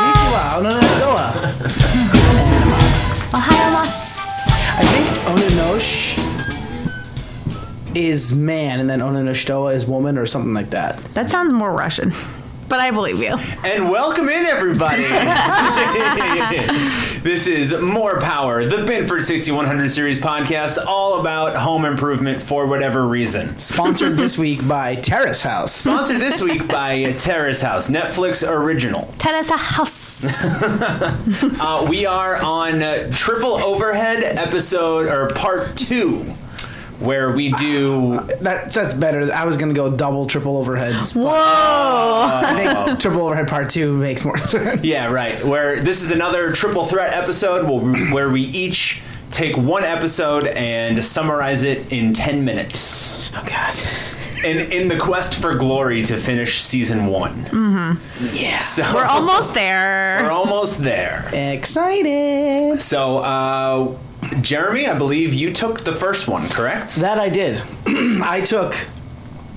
Onana Noah. おはようます。 I think Onanosh is man, and then Onanoshtoa is woman, or something like that. That sounds more Russian, but I believe you. And welcome in, everybody. this is More Power, the Binford 6100 series podcast, all about home improvement for whatever reason. Sponsored this week by Terrace House. Sponsored this week by Terrace House, Netflix original. Teresa House. Uh, we are on uh, Triple Overhead episode or part two, where we do. That, that's better. I was gonna go double, triple overheads. Whoa. I think triple overhead part two makes more sense. Yeah, right. Where this is another triple threat episode where we, where we each take one episode and summarize it in 10 minutes. Oh God. In, in the quest for glory to finish season one. Mm-hmm. Yeah. So We're almost we're there. almost there. Excited. So, uh, Jeremy, I believe you took the first one, correct? That I did. I took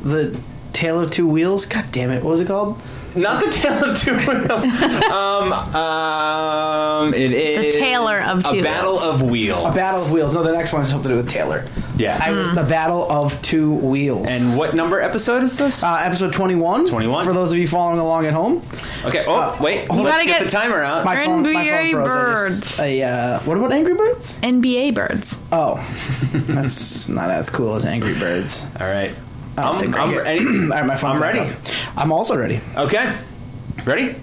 the Tale of Two Wheels. God damn it. What was it called? Not the Tale of Two Wheels. um, um, it is Tailor of Two a Battle of Wheels. A Battle of Wheels. No, the next one has something to do with Taylor. Yeah. I was the Battle of Two Wheels. and what number episode is this? uh, episode 21. 21. For those of you following along at home, Okay. Oh, wait. uh, hold Let's on. get, Gotta the get- timer out. my phone, my phone Angry froze. I just- Birds. I, uh, what about Angry Birds? NBA birds. Oh, that's not as cool as Angry Birds. All right. Oh, Um, it's a great I'm, I'm game. ready. All right, my phone. I'm froze. ready. I'm also ready. Okay. Ready?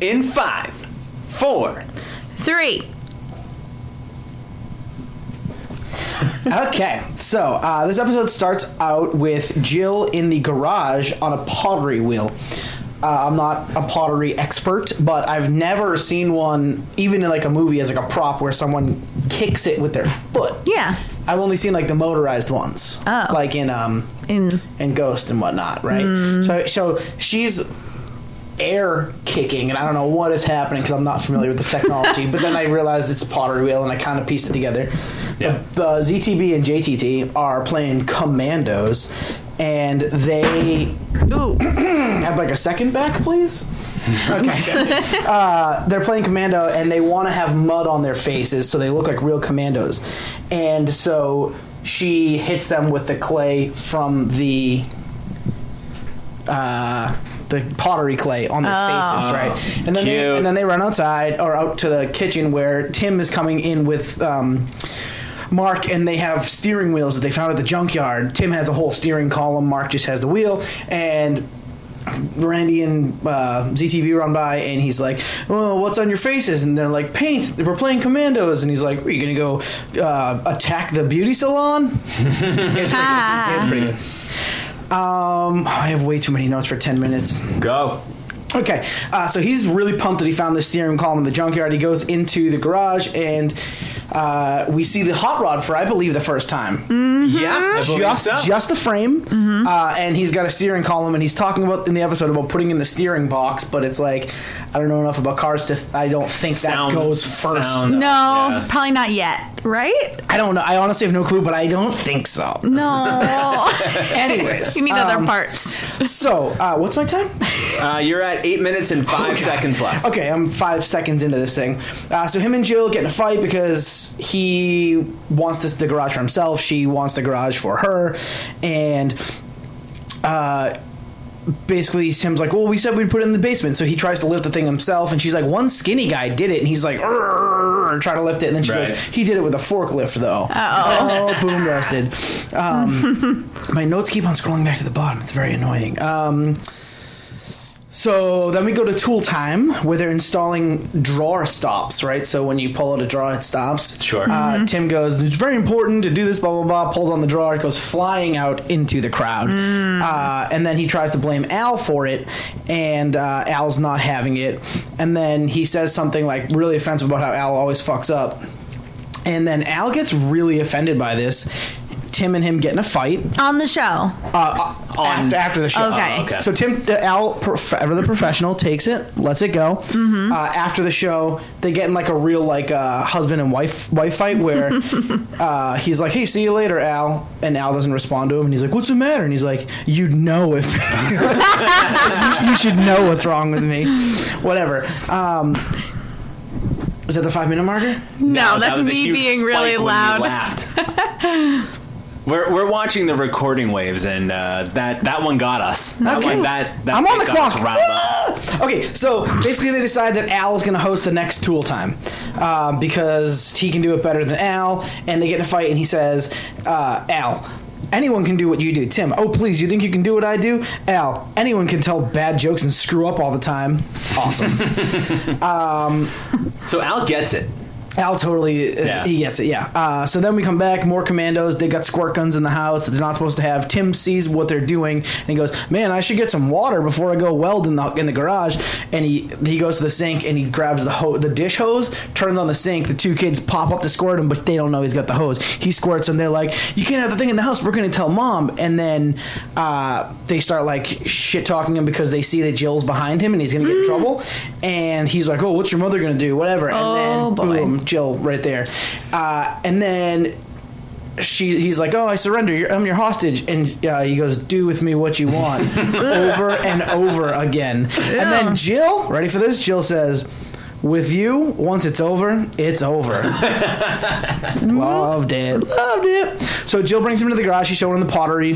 In five, four. Three. Okay, so uh, this episode starts out with Jill in the garage on a pottery wheel. Uh, I'm not a pottery expert, but I've never seen one, even in like a movie, as like a prop where someone kicks it with their foot. Yeah. I've only seen like the motorized ones, Oh. like in um In and Ghost and whatnot, right? So so she's air kicking, and I don't know what is happening because I'm not familiar with this technology. but then I realized it's a pottery wheel, and I kind of pieced it together. Yeah. The, the ZTB and JTT are playing Commandos, and they ooh. have like a second back, please. Okay. uh, they're playing commando and they want to have mud on their faces so they look like real commandos. And so she hits them with the clay from the uh, the pottery clay on their faces, right? And then Cute. they, and then they run outside or out to the kitchen where Tim is coming in with. Um, Mark and they have steering wheels that they found at the junkyard. Tim has a whole steering column. Mark just has the wheel, and Randy and uh, ZTV run by, and he's like, "Well, what's on your faces?" And they're like, "Paint." We're playing Commandos, and he's like, "Are you gonna go uh, attack the beauty salon?" it's pretty good. Ah. It's pretty good. Um, I have way too many notes for ten minutes. Go. Okay, uh, so he's really pumped that he found the steering column in the junkyard. He goes into the garage, and uh, we see the hot rod for I believe the first time Yeah. I believe just so. just the frame, uh, and he's got a steering column, and he's talking about in the episode about putting in the steering box, but it's like I don't know enough about cars to. I don't think Sound- that goes first. No, sound. Yeah. probably not yet. Right? I don't know. I honestly have no clue, but I don't think so. No. Anyways, you need other um, parts. So uh, what's my time? Uh, you're at eight minutes and five seconds left. Okay, I'm five seconds into this thing. Uh, so him and Jill get in a fight because he wants this, the garage for himself. She wants the garage for her, and uh, basically Tim's like, "Well, we said we'd put it in the basement." So he tries to lift the thing himself, and she's like, "One skinny guy did it," and he's like, "Arr," try to lift it, and then she Right. goes, "He did it with a forklift, though." Uh-oh. Oh, boom, roasted. Um, my notes keep on scrolling back to the bottom. It's very annoying. Um, so then we go to tool time where they're installing drawer stops, right? So when you pull out a drawer, it stops. Sure. Uh, Tim goes, it's very important to do this, blah, blah, blah, pulls on the drawer, it goes flying out into the crowd. Uh, and then he tries to blame Al for it, and uh, Al's not having it. And then he says something like really offensive about how Al always fucks up. And then Al gets really offended by this. Tim and him get in a fight On the show. uh, after, after the show. Okay. Oh, okay. So Tim uh, Al, prof- ever the professional, takes it, lets it go. Uh, after the show, they get in like a real like uh, husband and wife wife fight where uh, he's like, "Hey, see you later, Al," and Al doesn't respond to him, and he's like, "What's the matter?" And he's like, "You'd know if you should know what's wrong with me, whatever." Um, Was that the five minute marker? No, that Oh, that's was a me huge being spike really when you loud. laughed. we're, we're watching the recording waves, and uh, that that one got us. That Okay. one, that, that I'm on bit the got us clock. riled up. Ah! Okay, so basically they decide that Al is going to host the next Tool Time um, because he can do it better than Al, and they get in a fight, and he says, uh, Al. Anyone can do what you do, Tim. Oh, please, you think you can do what I do? Al, anyone can tell bad jokes and screw up all the time. Awesome. So Al gets it. Al totally, Yeah. he gets it, yeah. Uh, so then we come back, more commandos. They got squirt guns in the house that they're not supposed to have. Tim sees what they're doing and he goes, "Man, I should get some water before I go weld in the in the garage." And he he goes to the sink and he grabs the ho- the dish hose, turns on the sink. The two kids pop up to squirt him, but they don't know he's got the hose. He squirts and they're like, "You can't have the thing in the house. We're gonna tell mom." And then uh, they start like shit talking him because they see that Jill's behind him and he's gonna get in trouble. And he's like, "Oh, what's your mother gonna do?" Whatever. And Oh, then boy. boom, Jill right there. Uh, and then she, he's like, "Oh, I surrender. You're, I'm your hostage." And uh, he goes, "Do with me what you want," over and over again. And then Jill, ready for this? Jill says. With you, once it's over, it's over. Loved it. Loved it. So Jill brings him to the garage. She's showing him the pottery.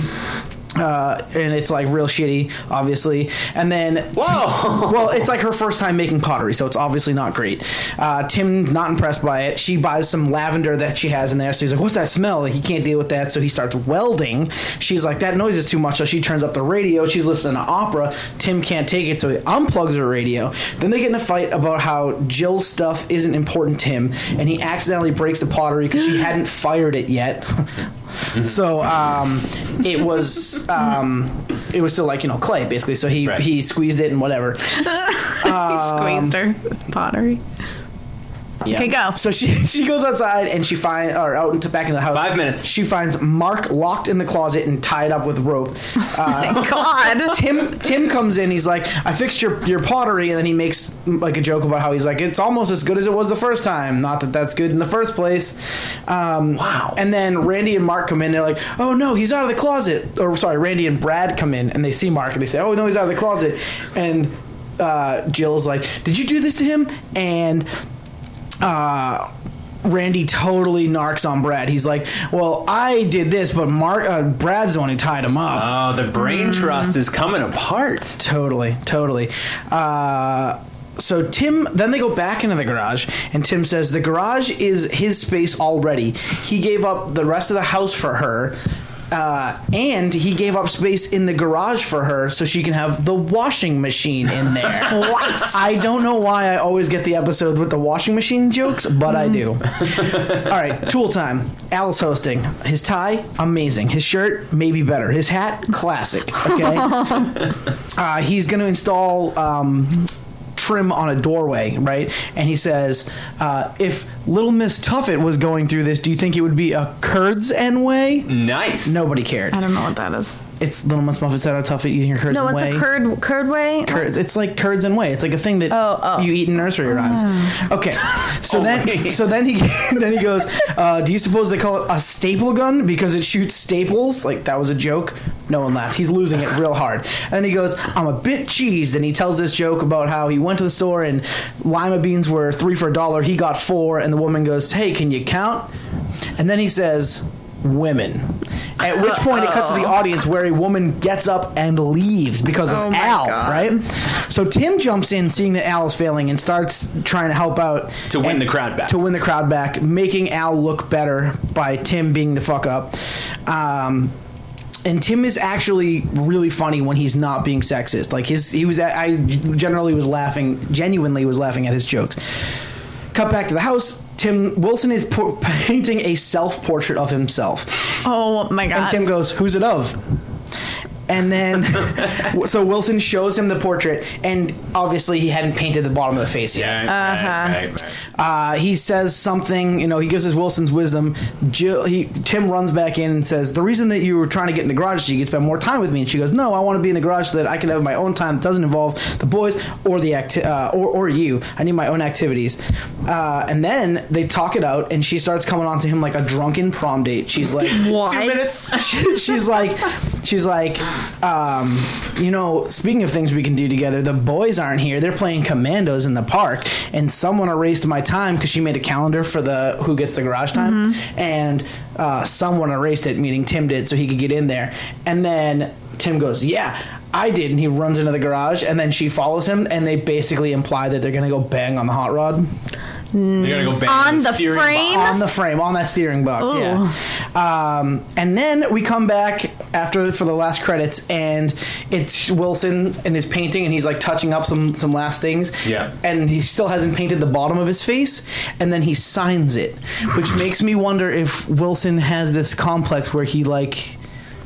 Uh, and it's like real shitty, obviously. And then Whoa! well, it's like her first time making pottery, so it's obviously not great. Uh, Tim's not impressed by it. She buys some lavender that she has in there, so he's like, "What's that smell?" Like, he can't deal with that, so he starts welding. She's like, "That noise is too much," so she turns up the radio. She's listening to opera. Tim can't take it, so he unplugs her radio. Then they get in a fight about how Jill's stuff isn't important to him, and he accidentally breaks the pottery because she hadn't fired it yet. so um, it was um, it was still like you know clay basically. So he Right. he squeezed it and whatever. he squeezed her pottery. Yeah. Okay, Oh. go. So she she goes outside and she finds or out into back into the house. Five minutes. She finds Mark locked in the closet and tied up with rope. Uh, God. Tim Tim comes in. He's like, "I fixed your your pottery," and then he makes mm, like a joke about how he's like, "It's almost as good as it was the first time." Not that that's good in the first place. Um, Wow. And then Randy and Mark come in. They're like, "Oh no, he's out of the closet." Or sorry, Randy and Brad come in and they see Mark and they say, "Oh no, he's out of the closet." And uh, Jill's like, "Did you do this to him?" And uh, Randy totally narcs on Brad. He's like, "Well, I did this, but Mark, uh, Brad's the one who tied him up." Oh, the brain trust is coming apart. Totally, totally. Uh, so Tim, then they go back into the garage, and Tim says the garage is his space already. He gave up the rest of the house for her. Uh, and he gave up space in the garage for her so she can have the washing machine in there. what? I don't know why I always get the episodes with the washing machine jokes, but I do. All right, tool time. Al's hosting. His tie, amazing. His shirt, maybe better. His hat, classic. Okay. uh, he's going to install um, trim on a doorway, right? And he says, uh, if Little Miss Tuffet was going through this, do you think it would be a curds and way? Mm. Nice. Nobody cared. I don't know what that is. It's Little Miss Muffet said, "Oh, Tuffet eating her curds No, and what's whey." a curd curd way? curds. It's like curds and whey. It's like a thing that Oh, oh. Ah. you eat in nursery rhymes. Okay, so Oh, then wait. so then he then he goes. Uh, Do you suppose they call it a staple gun because it shoots staples? Like that was a joke. No one laughed. He's losing it real hard. And then he goes, "I'm a bit cheesed," and he tells this joke about how he went to the store and lima beans were three for a dollar. He got four, and the woman goes, "Hey, can you count?" And then he says, "Women." At which point it cuts to the audience where a woman gets up and leaves because of Oh my Al, God. right? So Tim jumps in, seeing that Al is failing, and starts trying to help out To win and- the crowd back. To win the crowd back, making Al look better by Tim being the fuck up. Um, and Tim is actually really funny when he's not being sexist. Like his, he was. At, I generally was laughing, genuinely was laughing at his jokes. Cut back to the house. Tim Wilson is por- painting a self portrait of himself. Oh my And god. Tim goes, "Who's it of?" And then, so Wilson shows him the portrait, and obviously he hadn't painted the bottom of the face yet. Right, Uh-huh. right, right, right. Uh, he says something, you know, he gives us Wilson's wisdom. Jill, he, Tim runs back in and says, The reason that you were trying to get in the garage is you could spend more time with me. And she goes, No, I want to be in the garage so that I can have my own time that doesn't involve the boys or the acti- uh, or, or you. I need my own activities. Uh, and then they talk it out, and she starts coming on to him like a drunken prom date. She's like, What? She- she's like, she's like, Um, you know, speaking of things we can do together, the boys aren't here. They're playing commandos in the park, and someone erased my time because she made a calendar for the who gets the garage time, and uh, someone erased it, meaning Tim did, so he could get in there. And then Tim goes, "Yeah." I did, and he runs into the garage, and then she follows him, and they basically imply that they're gonna go bang on the hot rod. They're gonna go bang On the steering frame? box. on the frame, on that steering box. Yeah. Um, and then we come back after for the last credits, and it's Wilson and his painting, and he's like touching up some some last things. Yeah. And he still hasn't painted the bottom of his face, and then he signs it, which makes me wonder if Wilson has this complex where he like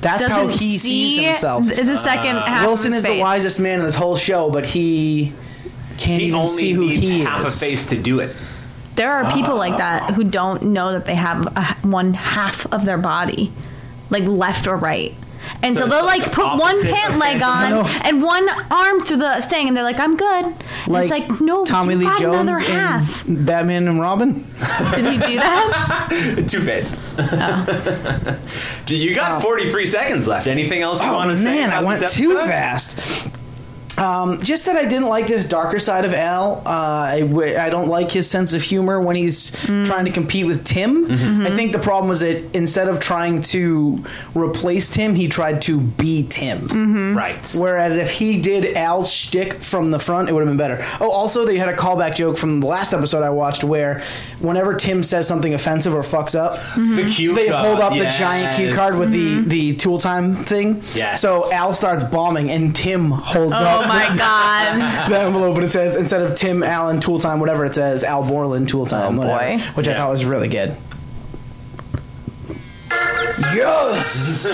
that's how Doesn't he see sees himself. Uh, th- The second half Wilson of his is the face. wisest man in this whole show, but he can't He even only see who needs he half is. a face to do it. There are people like that who don't know that they have a, one half of their body, like left or right. And So so, it's they'll like like the put one opposite pant of leg Phantom on Menace. and one arm through the thing, and they're like, "I'm good." And it's Like, like, no, Tommy you Lee got Jones another half. and Batman and Robin. Did he do that? Two face. you got 43 seconds left. Anything else you Oh want to man, say? I about went this too episode? fast. Um, just that I didn't like this darker side of Al. Uh, I, w- I don't like his sense of humor when he's Mm. trying to compete with Tim. Mm-hmm. Mm-hmm. I think the problem was that instead of trying to replace Tim, he tried to be Tim. Mm-hmm. Right. Whereas if he did Al's shtick from the front, it would have been better. Oh, also they had a callback joke from the last episode I watched where whenever Tim says something offensive or fucks up, The cue they card, hold up yes. the giant cue card with Mm-hmm. the, the tool time thing. Yes. So Al starts bombing, and Tim holds Oh up my god. the envelope, and it says instead of Tim Allen tool time, whatever it says, Al Borland tool time, Oh, whatever, boy. which I Yeah. thought was really good. Yes,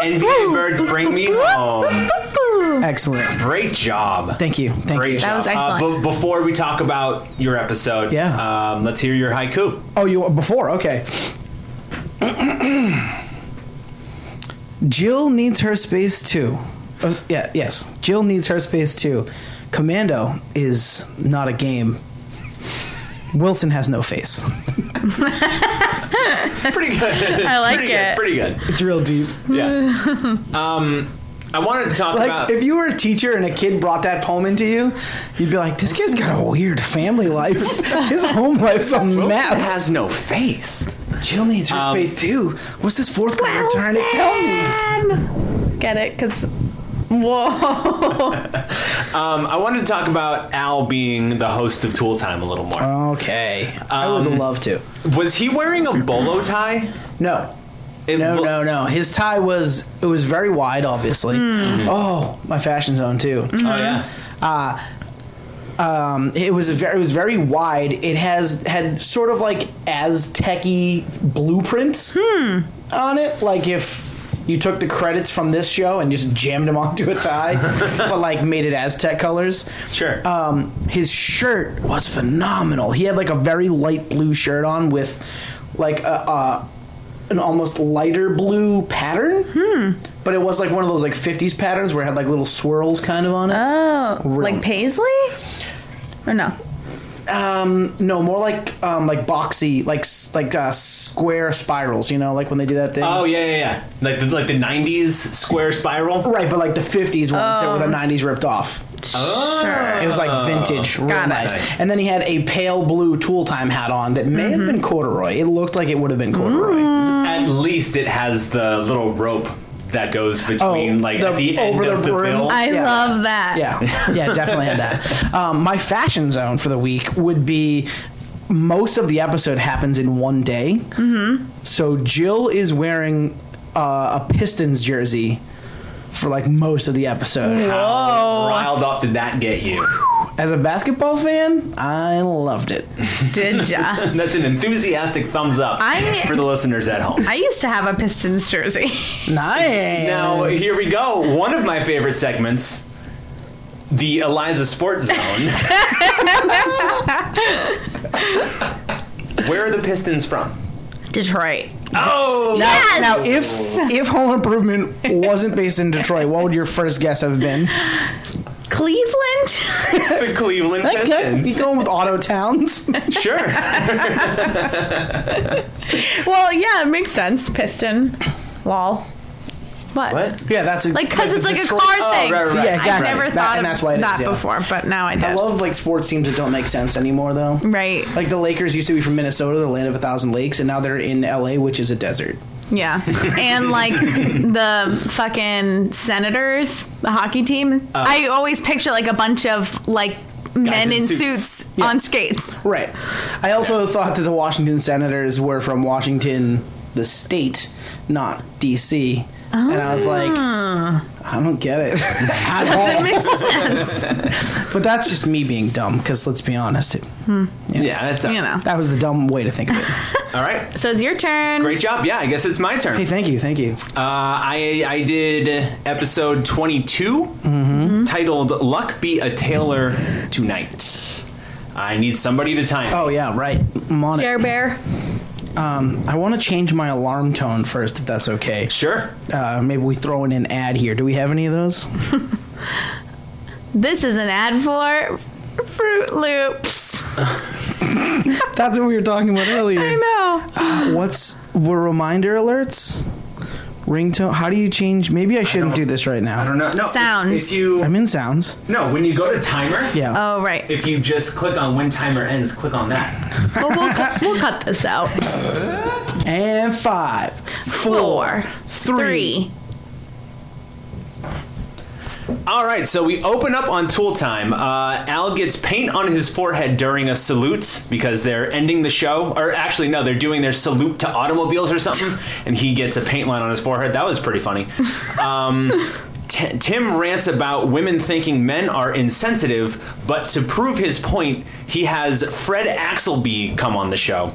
NBA birds bring me home. excellent. Great job. Thank you, thank Great you. job. That was Uh, excellent. but before we talk about your episode, Yeah. um, let's hear your haiku. Oh, you before? Okay. Jill needs her space too. Oh, yeah, yes. Jill needs her space too. Commando is not a game. Wilson has no face. Pretty good. I like pretty Good, it. pretty good. It's real deep. Yeah. um, I wanted to talk Like about. if you were a teacher and a kid brought that poem into you, you'd be like, "This kid's got a weird family life. His home life's a Wilson mess." has no face. Jill needs her Um, space too. What's this fourth grader trying to tell me? Get it? Because whoa. Um, I wanted to talk about Al being the host of Tool Time a little more. Uh, Okay, I would love to. Was he wearing a bolo tie? No. It no, loo- no, no. His tie was it was very wide, obviously. Oh, my fashion zone too. Oh yeah. Um, it was a very, it was very wide. It has had sort of like Aztec-y blueprints on it. Like if you took the credits from this show and just jammed them onto a tie, but like made it Aztec colors. Sure. Um, his shirt was phenomenal. He had like a very light blue shirt on with like a, a an almost lighter blue pattern. But it was like one of those like '50s patterns where it had like little swirls kind of on it. Oh, Really? like paisley? Or no? No, more like um, like boxy, like s- like uh, square spirals. You know, like when they do that thing. oh yeah, yeah, yeah. Like the, like the '90s square spiral. Right, but like the '50s ones that were the '90s ripped off. Sure. It was like vintage, real Got it. nice. Nice. And then he had a pale blue tool time hat on that may have been corduroy. It looked like it would have been corduroy. At least it has the little rope that goes between Oh, like the- at the end over the of the brim. bill. I Yeah. love that. Yeah, yeah, definitely had that. Um, my fashion zone for the week would be most of the episode happens in one day. Mm-hmm. So Jill is wearing uh, a Pistons jersey for like most of the episode. How riled up did that get you? As a basketball fan, I loved it. Did ya? That's an enthusiastic thumbs up I- for the listeners at home. I used to have a Pistons jersey. Nice. Now, here we go. One of my favorite segments, the Eliza Sport Zone. Where are the Pistons from? Detroit. Oh, Yes! Now, if if Home Improvement wasn't based in Detroit, what would your first guess have been? Cleveland? the Cleveland Okay, you Pistons. going with Auto Towns? Sure. well, yeah, it makes sense. Piston. Lol. What? What? Yeah, that's a, Like, because the it's like Detroit- a car Oh, thing. right, right, right. Yeah, exactly. I never That- thought and of that's why it is, that yeah. before, but now I did. I love like sports teams that don't make sense anymore, though. right. Like the Lakers used to be from Minnesota, the land of a thousand lakes, and now they're in LA, which is a desert. Yeah. and like the fucking Senators, the hockey team. I always picture like a bunch of like men Oh. in in suits. suits, on skates. Right. I also thought that the Washington Senators were from Washington, the state, not D.C. And I was like, I don't get it. At all. Does it make sense? But that's just me being dumb, because let's be honest, it, Yeah, that's you know. that was the dumb way to think of it. All right, So it's your turn. great job. Yeah, I guess it's my turn. hey, thank you, thank you. Uh, I I did episode 22 titled "Luck Be a Tailor Tonight." I need somebody to time. Oh, yeah, right. I'm on Chair it. Bear. Um, I want to change my alarm tone first, if that's okay. Sure. Uh, maybe we throw in an ad here. Do we have any of those? This is an ad for Fruit Loops. That's what we were talking about earlier. I know. Uh-huh. What's were reminder alerts? Ringtone. How do you change? Maybe I shouldn't do don't- this right now. I don't know. No. if- Sounds. If you I'm in sounds. no, when you go to timer, Yeah. Oh right. If you just click on when timer ends, click on that. Well, we'll, cut- we'll cut this out. and five, Four, four, three. three. All right, so we open up on tool time. Uh, Al gets paint on his forehead during a salute because they're ending the show, or actually, no, they're doing their salute to automobiles or something, and he gets a paint line on his forehead. That was pretty funny. Um, T- Tim rants about women thinking men are insensitive, but to prove his point, he has Fred Axelby come on the show.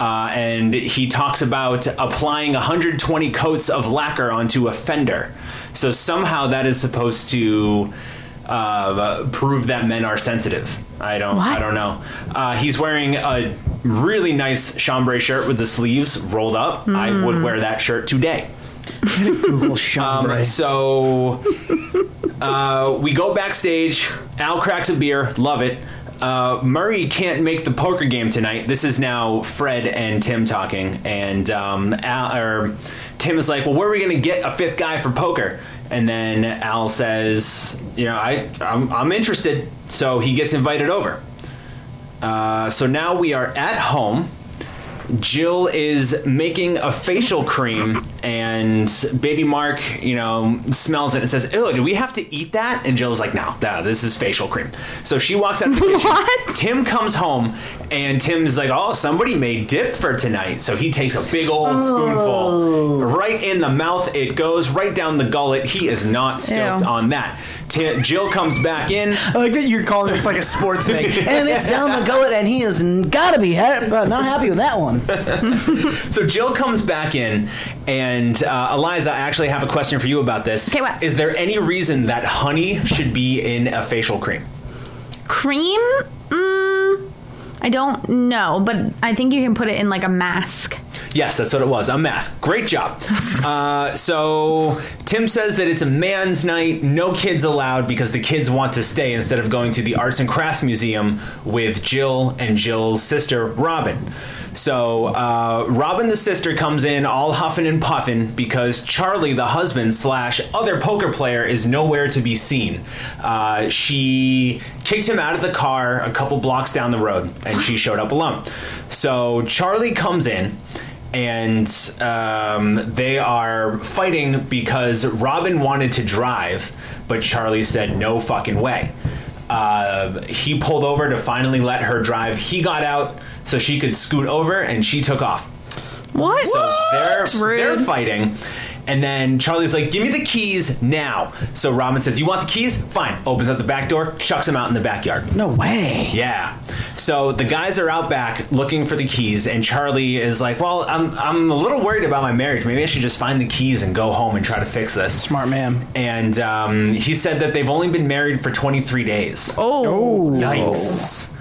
Uh, and he talks about applying 120 coats of lacquer onto a fender. So somehow that is supposed to uh, prove that men are sensitive. I don't. I What? don't know. Uh, he's wearing a really nice chambray shirt with the sleeves rolled up. I would wear that shirt today. Google Chambray. Um, So uh, we go backstage. Al cracks a beer. Love it. Uh, Murray can't make the poker game tonight. This is now Fred and Tim talking, and um, Al, or Tim is like, "Well, where are we going to get a fifth guy for poker?" And then Al says, "You know, I I'm, I'm interested." So he gets invited over. Uh, so now we are at home. Jill is making a facial cream, and baby Mark, you know, smells it and says, "Ew, do we have to eat that?" And Jill's like, "No, no, this is facial cream." So she walks out of the kitchen. What? Tim comes home, and Tim's like, "Oh, somebody made dip for tonight." So he takes a big old Oh. spoonful right in the mouth. It goes right down the gullet. He is not stoked Ew. on that. Tim, Jill comes back in. I like that you're calling this like a sports thing. and it's down the gullet, and he has got to be ha- uh, not happy with that one. So Jill comes back in, and uh, Eliza, I actually have a question for you about this. Okay, what? Is there any reason that honey should be in a facial cream? Cream? Mm, I don't know, but I think you can put it in like a mask. Yes, that's what it was. A mask. Great job. uh, so Tim says that it's a man's night, no kids allowed because the kids want to stay instead of going to the Arts and Crafts Museum with Jill and Jill's sister, Robin. So uh, Robin, the sister, comes in all huffing and puffing because Charlie, the husband slash other poker player, is nowhere to be seen. Uh, she kicked him out of the car a couple blocks down the road, and she showed up alone. So Charlie comes in and um, they are fighting because Robin wanted to drive, but Charlie said no fucking way. Uh, he pulled over to finally let her drive. He got out so she could scoot over, and she took off. What? So they're Rude. they're fighting. And then Charlie's like, "Give me the keys now." So Robin says, "You want the keys? Fine." Opens up the back door, chucks him out in the backyard. No way. Yeah. So the guys are out back looking for the keys, and Charlie is like, "Well, I'm I'm a little worried about my marriage. Maybe I should just find the keys and go home and try to fix this." Smart man. And um, he said that they've only been married for 23 days. oh. Yikes.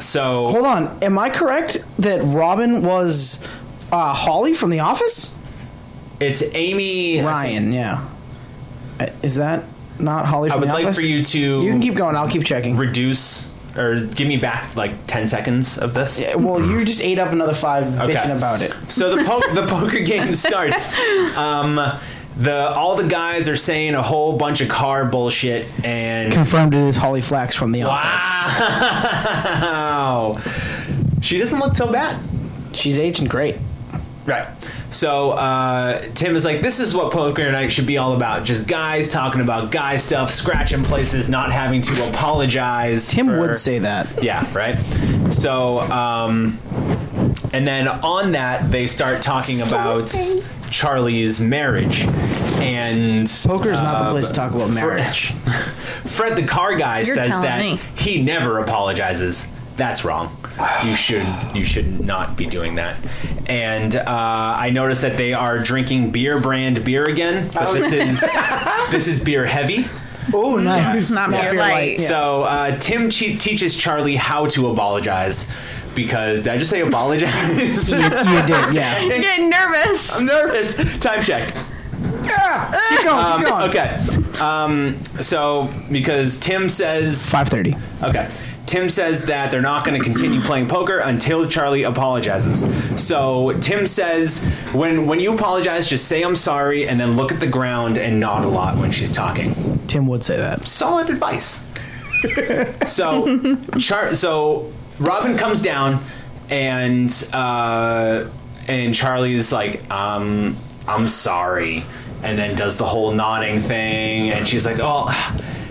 so Hold on. Am I correct that Robin was uh, Holly from The Office? it's Amy. Ryan, yeah. Uh, Is that not Holly I from would The like Office? for you to You can keep going. I'll keep checking. reduce or give me back like 10 seconds of this. Well, you just ate up another five Okay. bitching about it. So the po- the poker game starts. Um, The all the guys are saying a whole bunch of car bullshit and Confirmed it is Holly Flax from The Office. wow. She doesn't look so bad. She's aging great. Right. So uh, Tim is like, this is what poker night should be all about. Just guys talking about guy stuff, scratching places, not having to apologize. Tim for- would say that. Yeah, right. So, um, and then on that, they start talking about Charlie's marriage. And Poker is not the uh, place to talk about marriage. Fred the car guy You're says telling that me. he never apologizes. That's wrong. You should you should not be doing that. And uh, I noticed that they are drinking beer brand beer again, but this is this is beer heavy. Oh, nice. It's not beer light. Yeah. So uh, Tim che- teaches Charlie how to apologize because did I just say apologize? you, you did, yeah. You're getting nervous. I'm nervous. Time check. yeah. Keep going, keep going. Okay. Um, so because Tim says 5.30. Okay. Tim says that they're not going to continue playing poker until Charlie apologizes. So Tim says, when when you apologize, just say I'm sorry, and then look at the ground and nod a lot when she's talking. Tim would say that. Solid advice. so, Char- so Robin comes down, and uh, and Charlie's like, um, I'm sorry, and then does the whole nodding thing, and she's like, oh.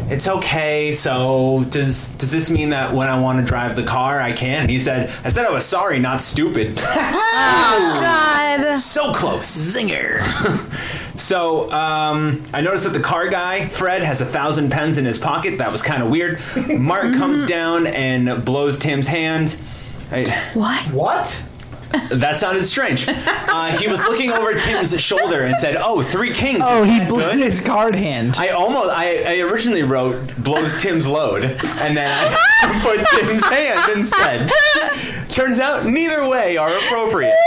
It's okay. So does does this mean that when I want to drive the car, I can? And he said, "I said I was sorry, not stupid." God. so close, zinger. So um, I noticed that the car guy, Fred, has a thousand pens in his pocket. That was kind of weird. Mark comes down and blows Tim's hand. I- What? What? that sounded strange. Uh, he was looking over Tim's shoulder and said, "Oh, three kings." Oh, he Isn't that blew good?" his card hand. I almost I, I originally wrote blows Tim's load and then I put Tim's hand instead. Turns out neither way are appropriate.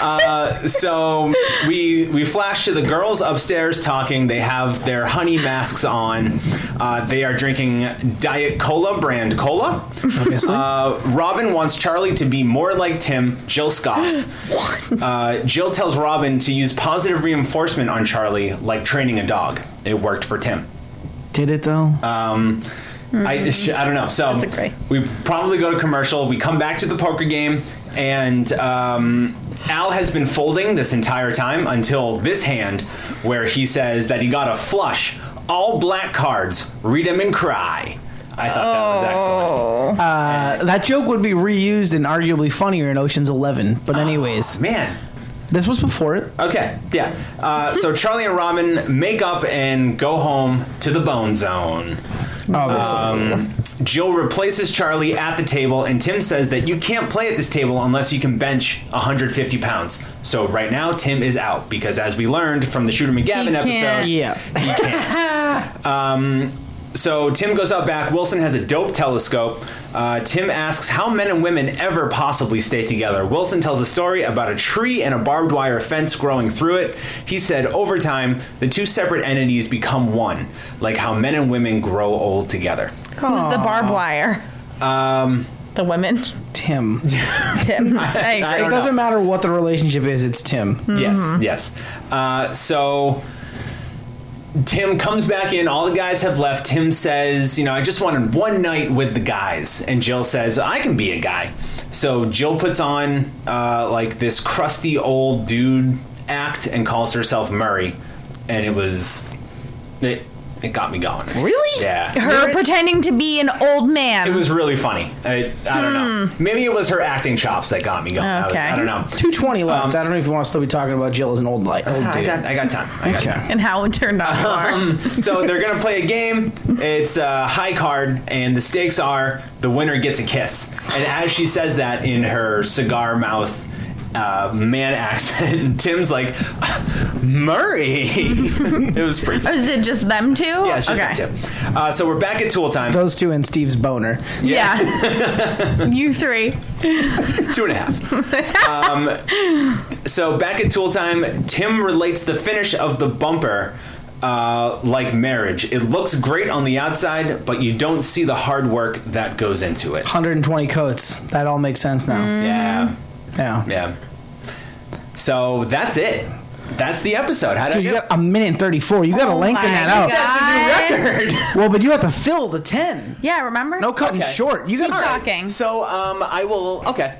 Uh, so we we flash to the girls upstairs talking. They have their honey masks on. Uh, they are drinking Diet Cola brand cola. Obviously. Uh, Robin wants Charlie to be more like Tim. Jill scoffs. Uh, Jill tells Robin to use positive reinforcement on Charlie, like training a dog. It worked for Tim. Did it, though? Um, I, I don't know. So Disagree. we probably go to commercial. We come back to the poker game, and um, Al has been folding this entire time until this hand, where he says that he got a flush, all black cards. Read them and cry. I thought that was excellent. Uh, that joke would be reused and arguably funnier in Ocean's Eleven. But anyways, Man, this was before it. Okay, yeah. Uh, so Charlie and Robin make up and go home to the Bone Zone. Obviously, Um, Jill replaces Charlie at the table, and Tim says that you can't play at this table unless you can bench 150 pounds. So right now, Tim is out because, as we learned from the Shooter McGavin He episode, can't. yeah. he can't. um, so Tim goes out back. Wilson has a dope telescope. Uh, Tim asks how men and women ever possibly stay together. Wilson tells a story about a tree and a barbed wire fence growing through it. He said, over time, the two separate entities become one, like how men and women grow old together. Who's the barbed wire? Um, The women. Tim. Tim. I agree. It doesn't matter what the relationship is. It's Tim. Yes, yes. Uh, so Tim comes back in. All the guys have left. Tim says, "You know, I just wanted one night with the guys." And Jill says, "I can be a guy." So Jill puts on uh, like this crusty old dude act and calls herself Murray, and it was it. It got me going. Really? Yeah. Her pretending to be an old man. It was really funny. I, I don't know. Maybe it was her acting chops that got me going. I was- Okay. I, don't know. Two twenty left. I don't know if you want to still be talking about Jill as an old Oh, light. Um, Old I dude. got, I got time. I got time. Okay. and how it turned out. Um, so they're gonna play a game. It's a high card, and the stakes are the winner gets a kiss. And as she says that in her cigar mouth uh, man accent, Tim's like Murray. it was pretty. Funny. Oh, Is it just them two? Yeah, it's just okay. that Tim. Uh, so we're back at tool time. Those two and Steve's boner. Yeah. you three. two and a half. Um, so back at tool time, Tim relates the finish of the bumper uh, like marriage. It looks great on the outside, but you don't see the hard work that goes into it. 120 coats. That Mm. all makes sense now. Yeah, Yeah. yeah. So that's it. That's the episode. How did Dude, you I got a minute and 34. You got to Oh lengthen my that out. God. That's a new record. Well, but you have to fill the 10. Yeah, remember? No cutting Okay. short. You got Keep talking. So um, I will. Okay.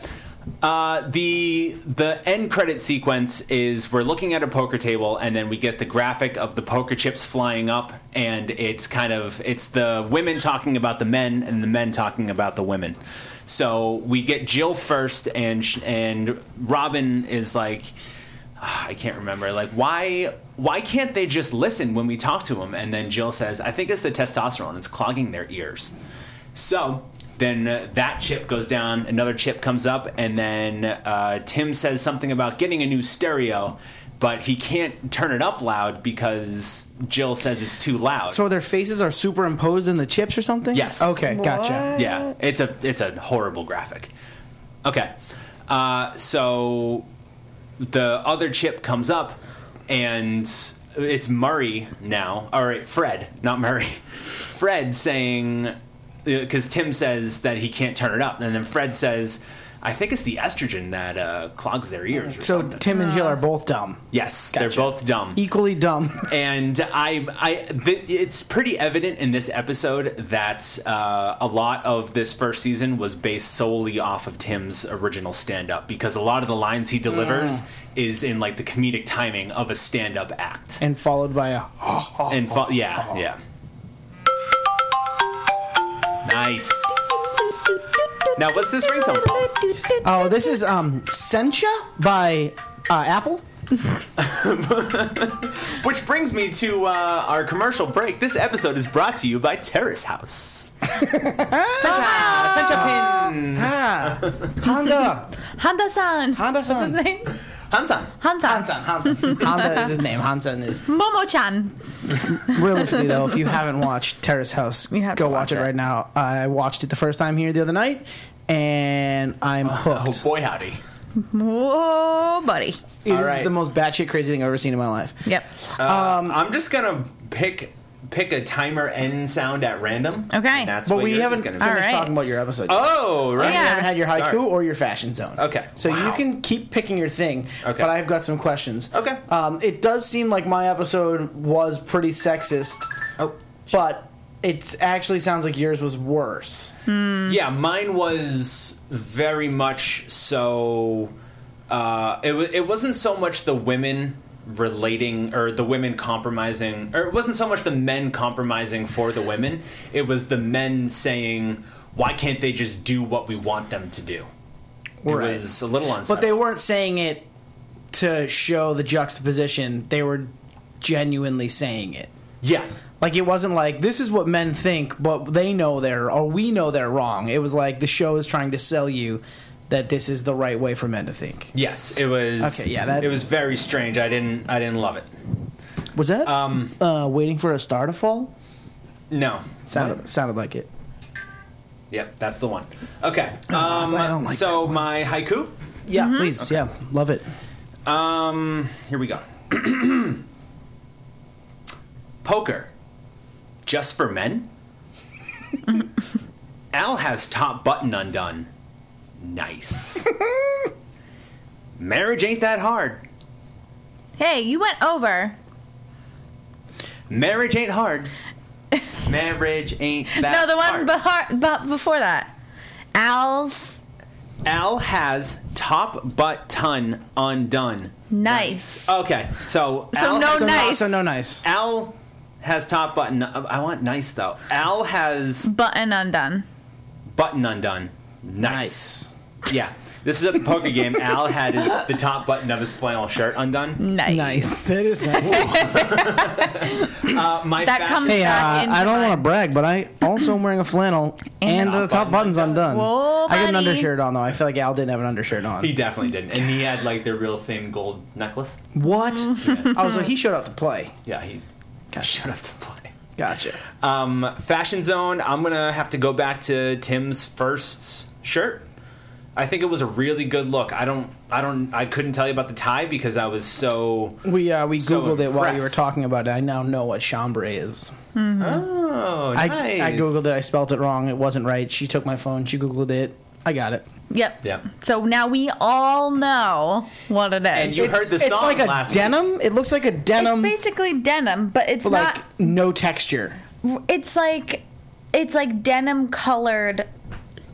Uh, the the end credit sequence is we're looking at a poker table and then we get the graphic of the poker chips flying up and it's kind of it's the women talking about the men and the men talking about the women. So we get Jill first and sh- and Robin is like Ah, I can't remember. Like, why why can't they just listen when we talk to them? And then Jill says, I think it's the testosterone. It's clogging their ears. So then uh, that chip goes down, another chip comes up, and then uh, Tim says something about getting a new stereo, but he can't turn it up loud because Jill says it's too loud. So their faces are superimposed in the chips or something? Yes. Okay, gotcha. What? yeah, it's a it's a horrible graphic. Okay, uh, so the other chip comes up, and it's Murray now. All right, Fred, not Murray. Fred saying because Tim says that he can't turn it up, and then Fred says, "I think it's the estrogen that uh, clogs their ears." Or So something. Tim and Jill are both dumb. yes, Gotcha. they're both dumb Equally dumb. and I, I, th- it's pretty evident in this episode that uh, a lot of this first season was based solely off of Tim's original stand-up because a lot of the lines he delivers Mm. is in like the comedic timing of a stand-up act. and followed by a. Uh-huh. And fo- yeah, yeah. Nice. Now, what's this ringtone called? Oh, this is um Sencha by uh, Apple. Which brings me to uh, our commercial break. This episode is brought to you by Terrace House. Ah, Honda. Honda-san. Honda-san. What's his name? Hansan. Hansan. Hansen. Hansen. Honda is his name. Hansen is. Momo-chan. Realistically, though, if you haven't watched Terrace House, You have go to watch watch it, it. right now. I watched it the first time here the other night, and I'm Oh hooked. boy, howdy. Whoa, buddy. It is All right. the most batshit crazy thing I've ever seen in my life. Yep. Um, I'm just gonna pick pick a timer end sound at random. Okay. And that's But what we yours is haven't gonna finished All be. right. talking about your episode. yet. Oh, right. You Yeah. haven't had your haiku Sorry. or your fashion zone. Okay. So you Wow. can keep picking your thing. Okay. But I've got some questions. Okay. Um, it does seem like my episode was pretty sexist, Oh. but it actually sounds like yours was worse. Yeah, mine was very much so. Uh, it wa- it wasn't so much the women relating or the women compromising, or it wasn't so much the men compromising for the women. It was the men saying, "Why can't they just do what we want them to do?" Right. It was a little unsettling. But they weren't saying it to show the juxtaposition. They were genuinely saying it. yeah. Like it wasn't like this is what men think, but they know they're or we know they're wrong. It was like the show is trying to sell you that this is the right way for men to think. Yes, it was. Okay, yeah, that- it was very strange. I didn't, I didn't love it. Was that Um, uh, waiting for a star to fall? No. Sounded sounded like it. Yep, that's the one. Okay. Um, Oh, I don't like so my haiku. Yeah, Mm-hmm. please. Yeah, love it. Um, here we go. Poker, just for men. Al has top button undone. Nice. Marriage ain't that hard. Hey, you went over. Marriage ain't hard. Marriage ain't that No, the one hard. behar- but before that. Al's Al has top butt ton undone. nice. Okay, so So Al no has, So no- nice. so no nice. Al has top button. Uh, I want nice though. Al has Button undone. button undone. Nice. Nice. Yeah, this is at the poker game. Al had his, the top button of his flannel shirt undone. Nice. Nice. That is nice. Uh, my That fashion- comes- hey, uh, Back into I don't mine. want to brag, but I also am wearing a flannel and, And the top top button. button's undone. Whoa, I got an buddy. undershirt on though. I feel like Al didn't have an undershirt on. He definitely didn't, and he had like the real thin gold necklace. what? Mm-hmm. oh, so he showed up to play. Yeah, he got shut up to play. Gotcha. Um, fashion zone. I'm gonna have to go back to Tim's first shirt. I think it was a really good look. I don't, I don't, I couldn't tell you about the tie because I was so. We uh, we googled So it while you were impressed. talking about it. I now know what chambre is. Oh, I, I googled it. I spelled it wrong. It wasn't right. She took my phone. She googled it. I got it. Yep. Yep. So now we all know what it is. And you it's, heard the it's song like a last week. denim. It looks like a denim, it's basically denim, but it's but like not. no texture. It's like it's like denim colored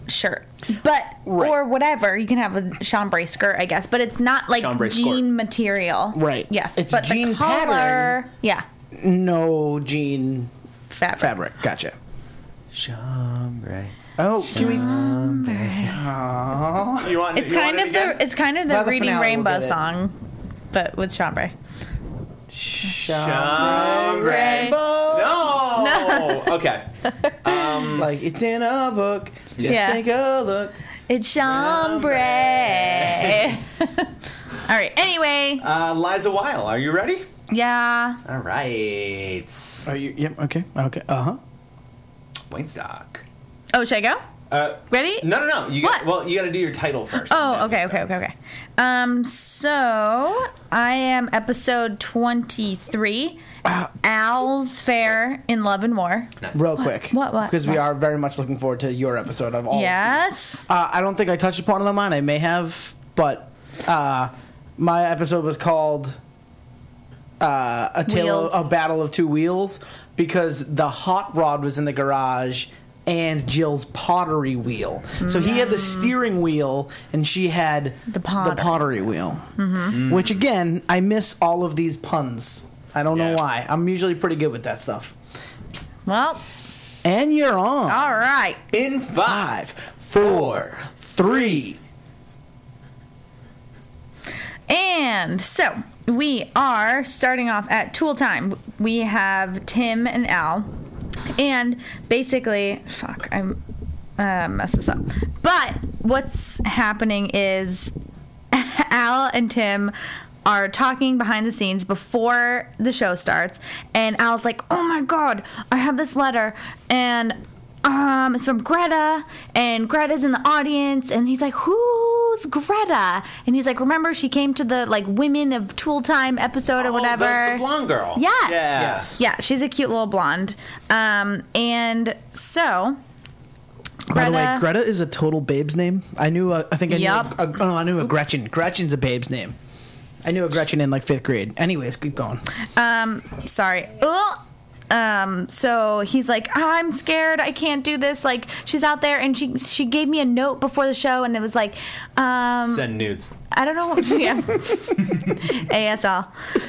shirt, but Right. or whatever. You can have a chambray skirt, I guess, but it's not like Chambray jean skirt. material. Right. Yes. It's but jean the color, pattern. yeah, No jean fabric. fabric. Gotcha. Chambray. Oh, can we? You want? It's you kind want of it again? the it's kind of By the the reading finale, we'll rainbow get it. song, but with chambray. Chambray. No. okay. Like it's in a book. Just Yeah. take a look. It's chambray. all right. Anyway, Uh, Liza Weil, are you ready? yeah. All right. Are you? Yep. Okay. Okay. Uh huh. Wayne Stock. Oh, should I go? Uh, Ready? no, no, no. You What? got, well, you got to do your title first. Oh, okay, okay, okay, okay. Um, so I am episode twenty-three. Owl's Fair in Love and War. Real quick. What, what, Because we what? are very much looking forward to your episode of all. of Yes. Uh, I don't think I touched upon them on. I may have, but uh, my episode was called uh, "A Tale Wheels. of a Battle of Two Wheels" because the hot rod was in the garage and Jill's pottery wheel. So he had the steering wheel and she had Mm. The pottery. Mm-hmm. wheel. Which again, I miss all of these puns. I don't know Yeah. why. I'm usually pretty good with that stuff. Well, And you're on. all right. In Ah. five, Four, three. And so we are starting off at tool time. We have Tim and Al, and basically, fuck, I uh, mess this up. But what's happening is Al and Tim are talking behind the scenes before the show starts, and Al's like, "Oh my god, I have this letter, and um, it's from Greta, and Greta's in the audience, and he's like, "Who's Greta?" And he's like, "Remember, she came to the like Women of Tool Time episode or Oh, the- whatever." The, blonde girl. Yes. Yeah. Yes. Yeah, she's a cute little blonde. Um, and so By the way, Greta- Greta is a total babe's name. I knew. A, I think I knew. Yup. A, a- oh, I knew a Gretchen. Gretchen's a babe's name. I knew a Gretchen in like fifth grade. Anyways, keep going. Um, sorry. Ugh. Um, so he's like, "Ah, I'm scared. I can't do this. Like, she's out there, and she she gave me a note before the show, and it was like, um, Send nudes. I don't know. Yeah. ASL.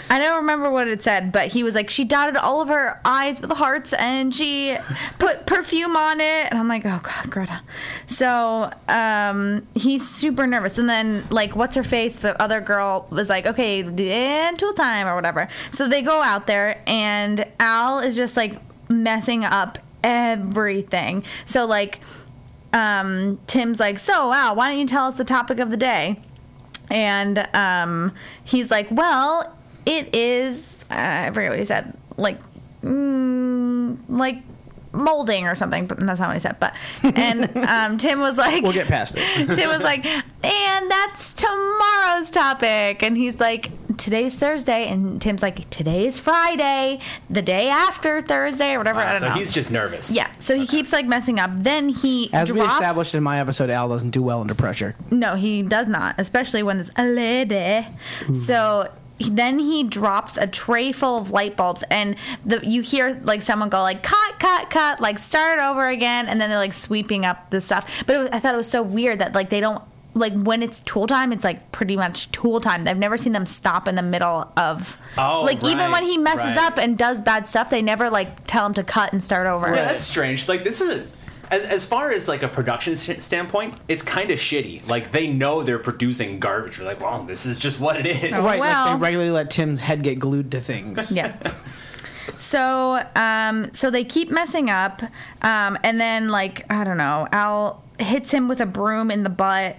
I don't remember what it said, but he was like, she dotted all of her eyes with hearts and she put perfume on it. And I'm like, oh God, Greta. So um, he's super nervous. And then, like, what's her face? The other girl was like, okay, and tool time or whatever. So they go out there, and Al is just like messing up everything. So, like, um, Tim's like, so, Al, why don't you tell us the topic of the day? and um, he's like, "Well, it is." Uh, I forget what he said. Like, mm, like molding or something. But that's not what he said. But and um, Tim was like, We'll get past it. Tim was like, and that's tomorrow's topic. And he's like, today's Thursday. And Tim's like, today's Friday, the day after Thursday, or whatever. I don't so know. he's just nervous. yeah, so he keeps like messing up. Then he As we drops- established in my episode, Al doesn't do well under pressure. no, he does not, especially when it's a lady. E. So he- then he drops a tray full of light bulbs, and the, you hear like someone go like cut, cut, cut, like start over again, and then they're like sweeping up the stuff. But it was, I thought it was so weird that like they don't like when it's tool time, it's like pretty much tool time. I've never seen them stop in the middle of Oh, like even right, when he messes right. up and does bad stuff, they never like tell him to cut and start over. Yeah, that's strange. Like this is. A, as, as far as like a production st- standpoint, it's kind of shitty. Like they know they're producing garbage. They're like, well, this is just what it is. Right, like Well- they regularly let Tim's head get glued to things. Yeah. So, um, so they keep messing up, um, and then like I don't know, Al hits him with a broom in the butt,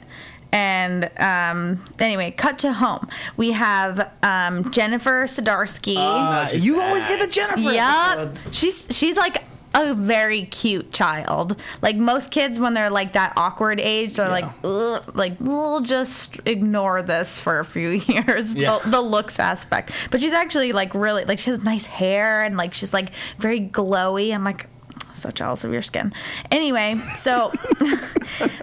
and um, anyway, cut to home. We have um, Jennifer Sadarsky. Uh, you always get the Jennifer. Yup. episodes. She's she's like a very cute child. Like most kids when they're like that awkward age, they're like Ugh, like we'll just ignore this for a few years. Yeah. The, the looks aspect. But she's actually like really like she has nice hair and like she's like very glowy. I'm like so jealous of your skin. Anyway, so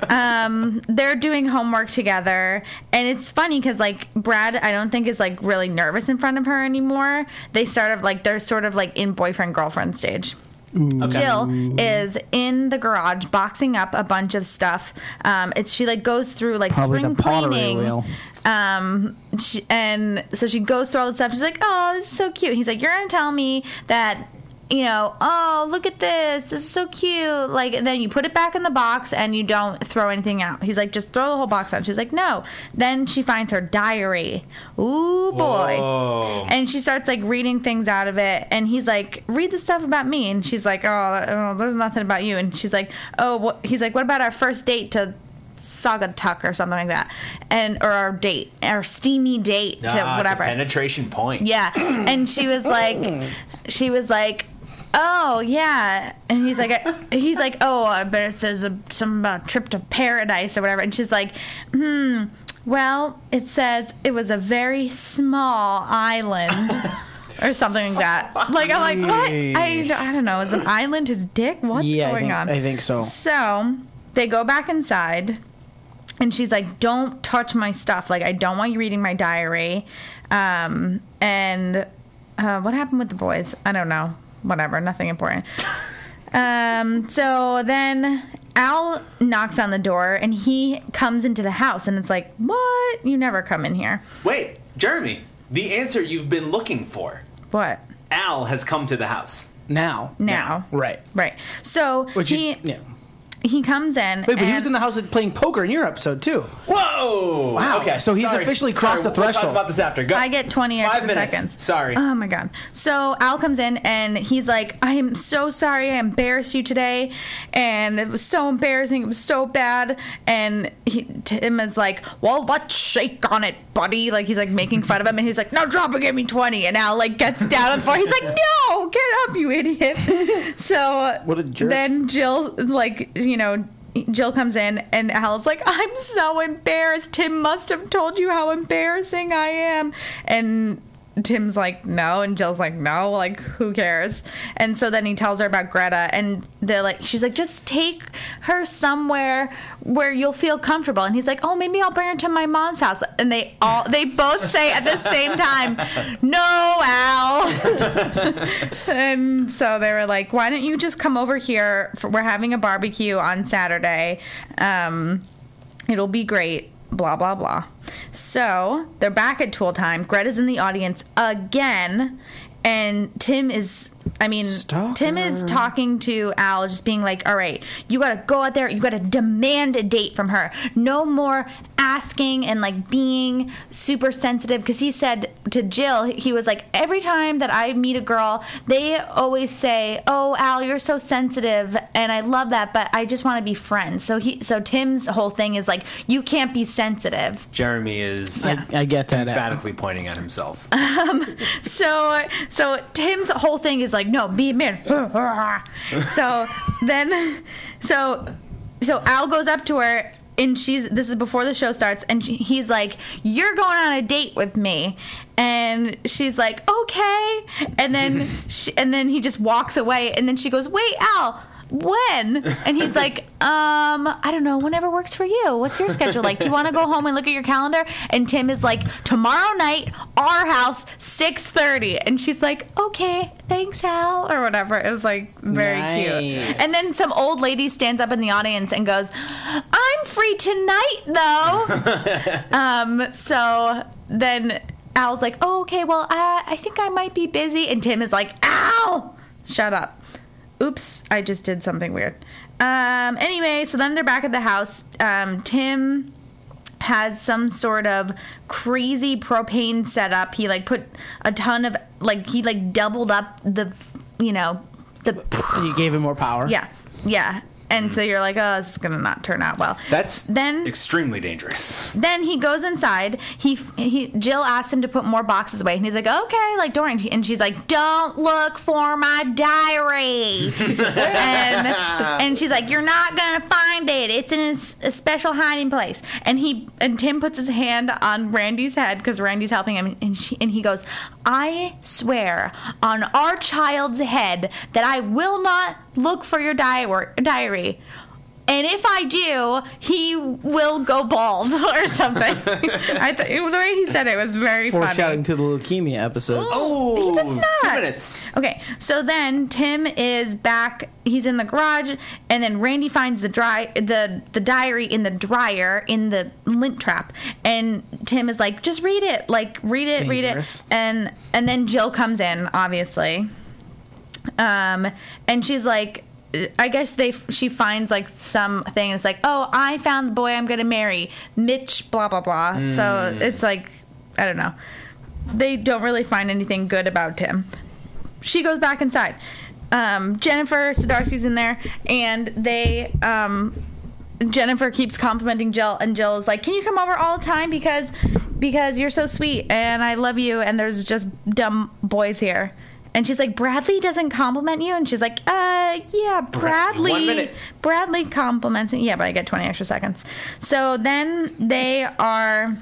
um, they're doing homework together, and it's funny because like Brad, I don't think is like really nervous in front of her anymore. They sort of like they're sort of like in boyfriend girlfriend stage. Okay. Jill is in the garage boxing up a bunch of stuff. Um, it's she like goes through like Probably spring the pottery cleaning. wheel. Um, she, and so she goes through all the stuff. She's like, "Oh, this is so cute." He's like, "You're gonna tell me that." You know, oh, look at this. This is so cute. Like, and then you put it back in the box and you don't throw anything out. He's like, just throw the whole box out. She's like, no. Then she finds her diary. Ooh, boy Whoa. and she starts like reading things out of it and he's like read the stuff about me and she's like oh, oh, there's nothing about you and she's like oh what? he's like what about our first date to saga tuck or something like that and or our date our steamy date to Ah, it's a whatever penetration point. yeah and she was like she was like oh yeah and he's like I- he's like oh uh, but it says uh, something about trip to paradise or whatever and she's like hmm well it says it was a very small island or something like that like i'm like what i, I don't know is an island his dick what's Yeah, I going think- on I think so. so they go back inside and she's like, "Don't touch my stuff. Like, I don't want you reading my diary." Um, and uh, what happened with the boys? I don't know. Whatever. Nothing important. um, so then Al knocks on the door, and he comes into the house, and it's like, "What? You never come in here? Wait, Jeremy, the answer you've been looking for. What Al has come to the house. now. now?" Right. Right. So Which he is, yeah. he comes in. Wait, but he and- was in the house playing poker in your episode too. Whoa! Wow. Okay, So he's sorry. officially crossed Sorry, the we'll talk threshold. about this after. Go. I get 20 Five extra minutes. seconds. Sorry. Oh my god. So Al comes in and he's like, "I am so sorry. I embarrassed you today, and it was so embarrassing. It was so bad." And he, Tim is like, "Well, let's shake on it, buddy." Like he's like making fun of him, and he's like, "No, drop it. Give me 20." And Al like gets down on the floor. He's like, "No, get up, you idiot." so What a jerk. then Jill like you know. Jill comes in and Al's like, I'm so embarrassed. Tim must have told you how embarrassing I am. And Tim's like, no. And Jill's like, no. Like, who cares? And so then he tells her about Greta. And they're like, she's like, just take her somewhere where you'll feel comfortable. And he's like, oh, maybe I'll bring her to my mom's house. And they all, they both say at the same time, no, Al. And so they were like, "Why don't you just come over here? For, we're having a barbecue on Saturday. Um, it'll be great." Blah blah blah. So they're back at tool time. Greta's in the audience again, and Tim is. I mean, Tim is Stalker. talking to Al, just being like, "All right, you got to go out there. You got to demand a date from her. No more asking and like being super sensitive." Because he said to Jill, he was like, "Every time that I meet a girl, they always say, "Oh, Al, you're so sensitive." And I love that, but I just want to be friends. So he so Tim's whole thing is like, "You can't be sensitive." Jeremy is I get that. emphatically pointing at himself. Uh, so so Tim's whole thing is like, no, be a man. so then, so so Al goes up to her. And she's. This is before the show starts, and she, he's like, "You're going on a date with me," and she's like, "Okay." And then, she, and then he just walks away, and then she goes, "Wait, Al, when?" And he's like, "Um, I don't know. Whenever works for you. What's your schedule like? Do you want to go home and look at your calendar?" And Tim is like, "Tomorrow night, our house, 6:30." And she's like, "Okay, thanks, Al," or whatever. It was like very Nice. cute. And then some old lady stands up in the audience and goes, "I'm free tonight, though." um, so then Al's like, "Oh, okay. Well, I, I think I might be busy." And Tim is like, "Al, shut up." Oops, I just did something weird. Um, anyway, so then they're back at the house. Um, Tim has some sort of crazy propane setup. He like put a ton of like he like doubled up the you know the You gave him more power. yeah yeah. And so you're like, oh, this is gonna not turn out well. That's Then- extremely dangerous. Then he goes inside. He he Jill asks him to put more boxes away, and he's like, "Okay, like Dorian." And she's like, "Don't look for my diary." and and she's like, "You're not gonna find it. It's in a, s- a special hiding place." And he and Tim puts his hand on Randy's head because Randy's helping him, and she and he goes, "I swear on our child's head that I will not look for your diary." Diary. And if I do, he will go bald or something. I th- the way he said it was very Foreshadowing funny. to the leukemia episode. Oh, He does two not. minutes. Okay, so then Tim is back. He's in the garage, and then Randy finds the dry the the diary in the dryer in the lint trap, and Tim is like, "Just read it, like read it, Dangerous. read it," and and then Jill comes in, obviously, um, and she's like. I guess they she finds like something. It's like, oh, I found the boy I'm gonna marry, Mitch. Blah blah blah. So it's like, I don't know. They don't really find anything good about Tim she goes back inside. Um, Jennifer Sadarsky's in there, and they. Um, Jennifer keeps complimenting Jill, and Jill is like, "Can you come over all the time because because you're so sweet and I love you?" And there's just dumb boys here. And she's like, "Bradley doesn't compliment you," and she's like, "Uh, yeah, Bradley." One minute. Bradley compliments me. Yeah, but I get 20 extra seconds. So then they are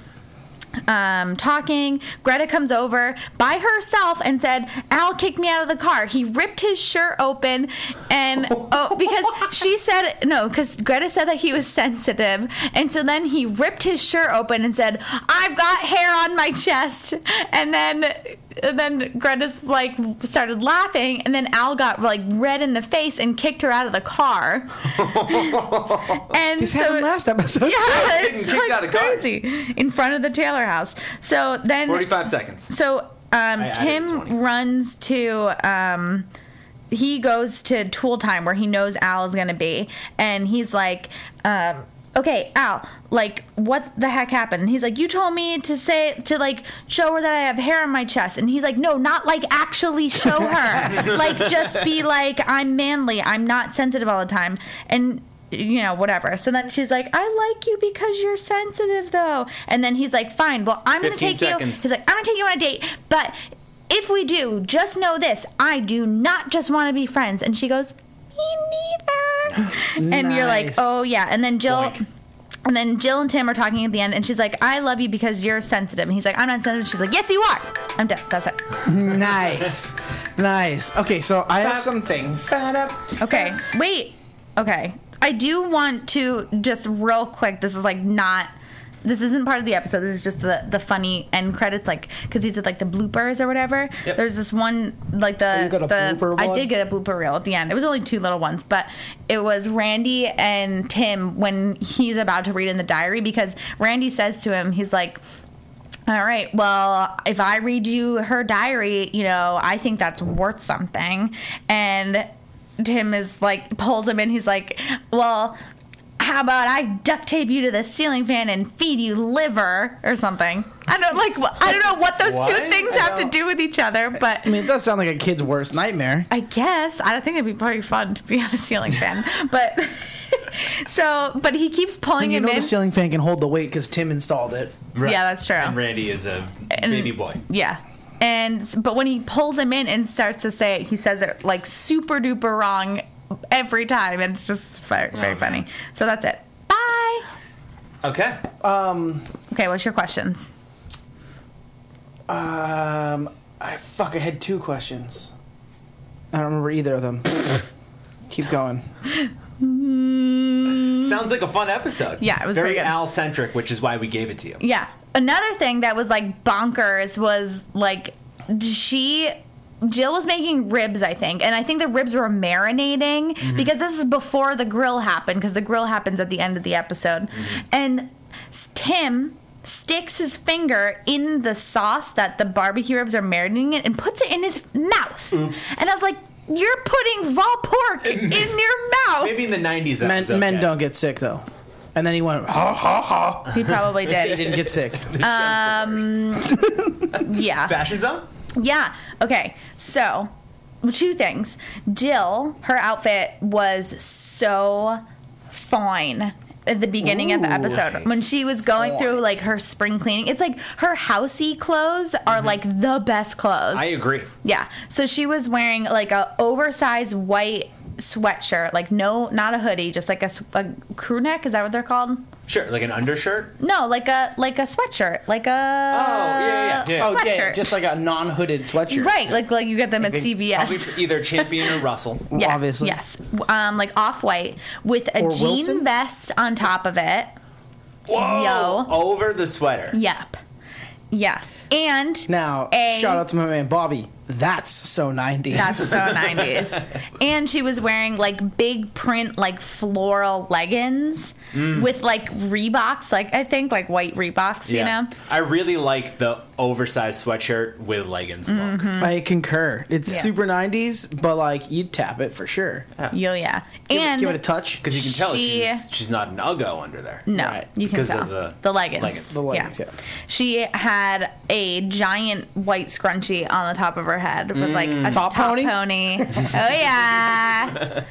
um, talking. Greta comes over by herself and said, Al kicked me out of the car. He ripped his shirt open and oh, because she said, no, because Greta said that he was sensitive. And so then he ripped his shirt open and said, I've got hair on my chest. And then. And then Greta's like started laughing, and then Al got like red in the face and kicked her out of the car. and This so happened last episode. yeah, Getting it's kicked like out of cars. crazy in front of the Taylor house. So then, Forty-five seconds. so um, added 20. Tim runs to. Um, he goes to tool time where he knows Al is going to be, and he's like, um, "Okay, Al, like, what the heck happened?" And he's like, "You told me to say to like show her that I have hair on my chest," and he's like, "No, not like actually show her, like just be like I'm manly, I'm not sensitive all the time," and you know, whatever. So then she's like, I like you because you're sensitive though. And then he's like, fine, well, I'm going to 15 take you. seconds. He's like, I'm going to take you on a date, but if we do, just know this I do not just want to be friends. And she goes, Me neither. And you're like, Nice. oh, yeah. And then Jill. Boink. And then Jill and Tim are talking at the end, and she's like, I love you because you're sensitive. And he's like, I'm not sensitive. She's like, Yes, you are. I'm done. That's it. nice, nice. Okay, so I have some things. Okay. Wait. Okay. I do want to just real quick. This is like not. This isn't part of the episode. This is just the the funny end credits, like because these are like the bloopers or whatever. Yep. There's this one like the Oh, you got a the- blooper I one? did get a blooper reel at the end. It was only two little ones, but it was Randy and Tim when he's about to read in the diary because Randy says to him, he's like. All right. Well, if I read you her diary, you know, I think that's worth something. And Tim is like, pulls him in. He's like, well, how about I duct tape you to the ceiling fan and feed you liver or something? I don't like. wh- I don't know what those two What? things I have to don't- do with each other, but I mean, it does sound like a kid's worst nightmare. I guess I don't think it'd be pretty fun to be on a ceiling fan. But so, but he keeps pulling And you him know in. the ceiling fan can hold the weight because Tim installed it. Right. Yeah, that's true. And Randy is a baby boy. Yeah. And but when he pulls him in and starts to say it, he says it like super duper wrong every time, and it's just very, very Oh, funny. man. So that's it. Bye. Okay. Okay, what's your questions? Um, I fuck. I had two questions. I don't remember either of them. Keep going. Sounds like a fun episode. Mm. Yeah, it was very pretty good. Al centric, which is why we gave it to you. Yeah. Another thing that was like bonkers was like she Jill was making ribs, I think, and I think the ribs were marinating Mm-hmm. because this is before the grill happened because the grill happens at the end of the episode. Mm-hmm. And s- Tim sticks his finger in the sauce that the barbecue ribs are marinating in and puts it in his mouth. Oops. And I was like, "You're putting raw pork in your mouth." Maybe in the '90s that Men, was okay. men don't get sick though. And then he went, ha ha ha. He probably He did. didn't get sick. Um, yeah. fashion zone. Yeah. Okay. So, two things. Jill, her outfit was so fine at the beginning of the episode when she was going through like her spring cleaning. It's like her housey clothes are like the best clothes. Mm-hmm. I agree. Yeah. So she was wearing like a oversized white sweatshirt, like no, not a hoodie, just like a, s- a crew neck. Is that what they're called? Sure, like an undershirt. No, like a like a sweatshirt, like a Oh, yeah, yeah, yeah. Oh, yeah, sweatshirt. just like a non-hooded sweatshirt. right, like like you get them at Probably CVS. for either Champion or Russell. Yeah, obviously. yes, um, like off white with a Or jean Wilson? vest on top of it. Whoa! Yo. Over the sweater. Yep, yeah, and Now, A- shout out to my man Bobby. That's so 90s. That's so 90s. And she was wearing like big print, like floral leggings Mm. with like Reeboks, like I think like white Reeboks, you know? I really like the oversized sweatshirt with leggings Mm-hmm. look. I concur. It's Mm. Yeah. super 90s, but like you'd tap it for sure. Yeah, yeah. Uh, Give, it- and give it a touch. Because you can tell She- she's she's not an Uggo under there. No, Right, you can because tell of the leggings. leggings. The leggings, yeah. She had a giant white scrunchie on the top of her head with like a Mm. top, pony? pony. oh yeah,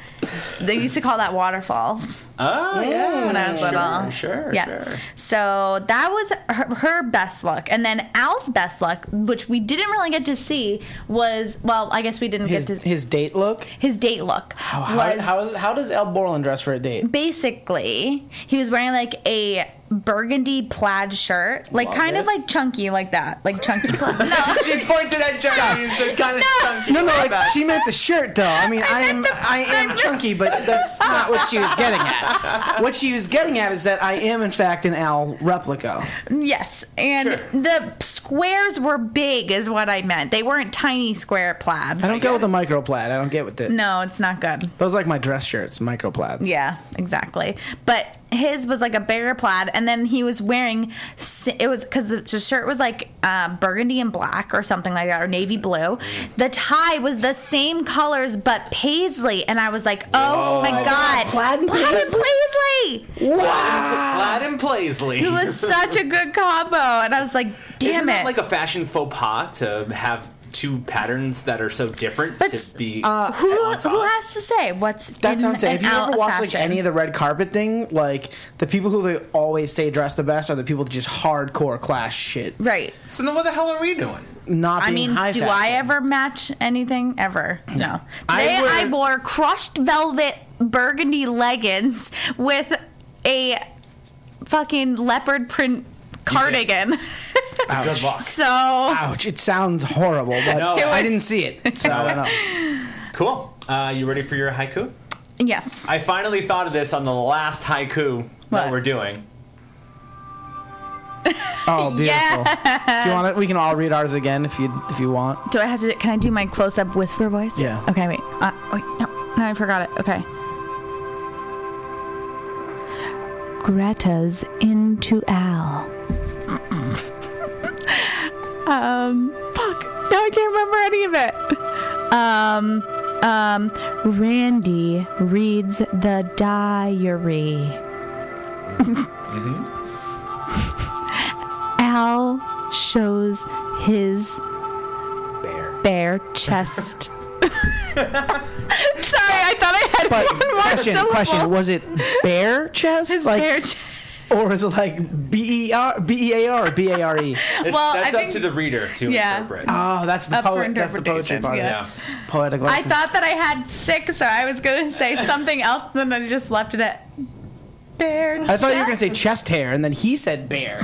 they used to call that waterfalls Oh yeah. when I was little. Sure, sure. yeah. sure. So that was her, her best look, and then Al's best look, which we didn't really get to see, was well, I guess we didn't his, get to his date look. Oh, his date look How, was how, how does El Borland dress for a date? basically he was wearing like a burgundy plaid shirt, like Love kind it. of like chunky like that, like chunky plaid. No, She pointed at Johnny and said, "Kind of chunky." No, no, like she meant the shirt though. I mean, I am I am chunky, but that's not what she was getting at. What she was getting at is that I am in fact an owl replica. Yes, and Sure. the squares were big, is what I meant. They weren't tiny square I plaid. don't go with the micro plaid. I don't get with it. No, it's not good. Those are like my dress shirts, micro plaids. Mm. Yeah, exactly. But his was like a bigger plaid, and then he was wearing s- it was because the, the shirt was like uh, burgundy and black or something like that, or navy blue. The tie was the same colors but paisley, and I was like, oh my god, Plaid and paisley? paisley. Wow. Plaid and Paisley. It Uh, was such a good combo, and I was like, damn Isn't it. that like a fashion faux pas to have two patterns that are so different But to be who on top? who has to say what's That's in what I'm saying. If and you out ever of watch like fashion? any of the red carpet thing, like the people who they always say dress the best are the people that just hardcore clash shit. right? So then, what the hell are we doing? Not I being mean, do high fashion. I ever match anything ever? No. I Today I, would- wore crushed velvet burgundy leggings with a fucking leopard print cardigan. Ouch. Good luck. so Ouch! It sounds horrible, but No. It I was- didn't see it, so I don't know. Cool. Uh, you ready for your haiku? yes, I finally thought of this on the last haiku that What? we're doing. Oh, beautiful. Do you want it? We can all read ours again if you if you want. do I have to? Can I do my close up whisper voice? Yeah. Okay. Wait. Uh, wait. No. No, I forgot it. Okay. Greta's into Al. um, fuck. Now I can't remember any of it. Um, um, Randy reads the diary. Mm-hmm. Al shows his Bear. bare chest. Sorry, I thought I had But one more question, syllable. question: Was it bare chest, His like, bare chest. or was it like B E R B E A R B A R E? It's- Well, that's I up think- to the reader to yeah. interpret. Oh, that's the Up for poet. That's the poetry interpretation, part. of it. yeah. Poetic. I license. thought that I had six, so I was going to say something else, then I just left it at bare I thought you were gonna say chest hair, and then he said bear.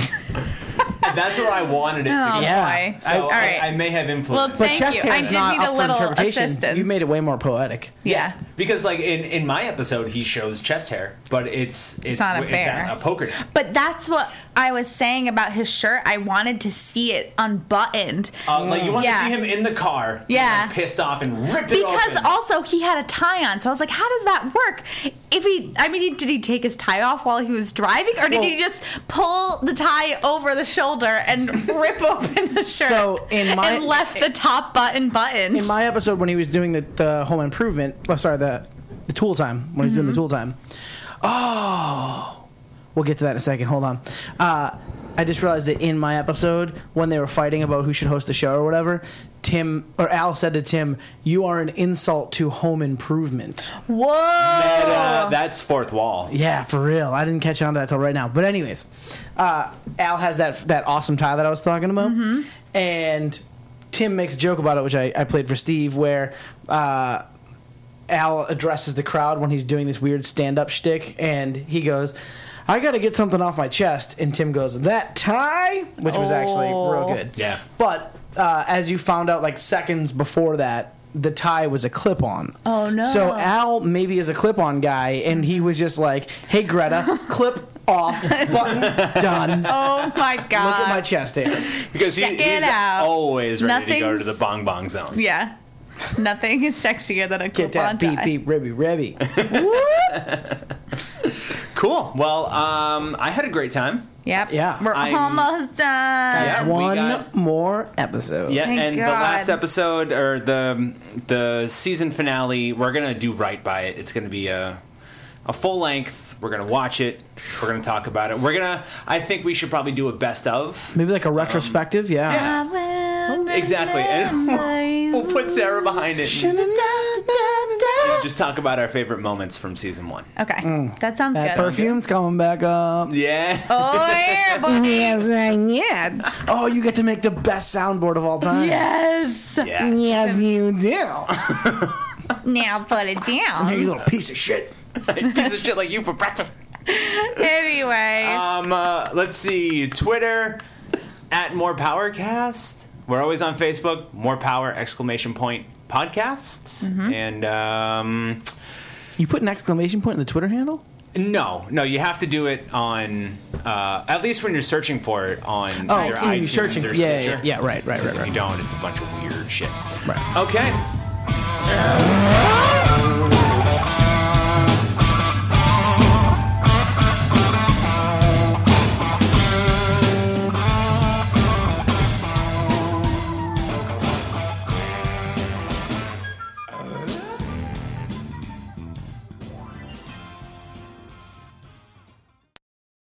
That's where I wanted it to Oh, be. Yeah. boy. So All I- right. I, may have influenced. But Thank chest you. hair I is did not need a up little for interpretation. assistance. You made it way more poetic. yeah. Because like in, in my episode, he shows chest hair, but it's it's, not a bear. a poker. name. But that's what I was saying about his shirt. I wanted to see it unbuttoned. Uh, Like you want Yeah. to see him in the car, Yeah. like, pissed off and ripped it because open. also he had a tie on, so I was like, "How does that work?" If he, I mean, he, did he take his tie off while he was driving, or did Well- he just pull the tie over the shoulder and rip open the shirt? So, in my- and left the top button buttoned. in my episode when he was doing the, the home improvement oh, sorry the the tool time when he was doing the tool time oh we'll get to that in a second hold on uh, i just realized that in my episode when they were fighting about who should host the show or whatever tim or al said to tim you are an insult to home improvement Whoa! But, uh, that's fourth wall. yeah for real i didn't catch on to that till right now but anyways uh, al has that that awesome tie that i was talking about and tim makes a joke about it which i, I played for steve where uh, Al addresses the crowd when he's doing this weird stand up shtick, and he goes, I got to get something off my chest. And Tim goes, That tie? Which was actually real Oh. good. Yeah. But uh, as you found out, like seconds before that, the tie was a clip on. Oh, no. So Al maybe is a clip on guy, and he was just like, Hey, Greta, clip off, button, done. Oh my god. Look at my chest area. Because he- Check he's it out. always ready to go to the Nothing's- bong bong zone. Yeah. Nothing is sexier than a Get clip-on that beep, tie. beep, ribby, ribby. Cool. Well, um, I had a great time. Yep. Yeah. We're I'm- almost done. Yeah, we One got- more episode. Yeah, Thank and the God. last episode or the the season finale, we're gonna do right by it. It's gonna be a a full length. We're gonna watch it. We're gonna talk about it. We're gonna. I think we should probably do a best of. Maybe like a retrospective, I yeah. will Exactly, and remember you. We'll put Sarah behind it. And just talk about our favorite moments from season one. Okay. That sounds That good. perfume's coming back up. Yeah. Oh yeah, buddy. yeah. Oh, you get to make the best soundboard of all time. yes. Yeah. Yes, you do. Now put it Hey, you down. little piece of shit. Piece of shit like you for breakfast. anyway. Um, uh, let's see. Twitter at More Powercast. We're always on Facebook. More Power exclamation point podcast. Mm-hmm. And um, You put an exclamation point in the Twitter handle? no, no, you have to do it on uh, at least when you're searching for it on Oh, your you're iTunes searching. or Yeah, Stitcher. yeah, yeah, right, right, 'Cause right, If you don't, it's a bunch of weird shit. right. Okay.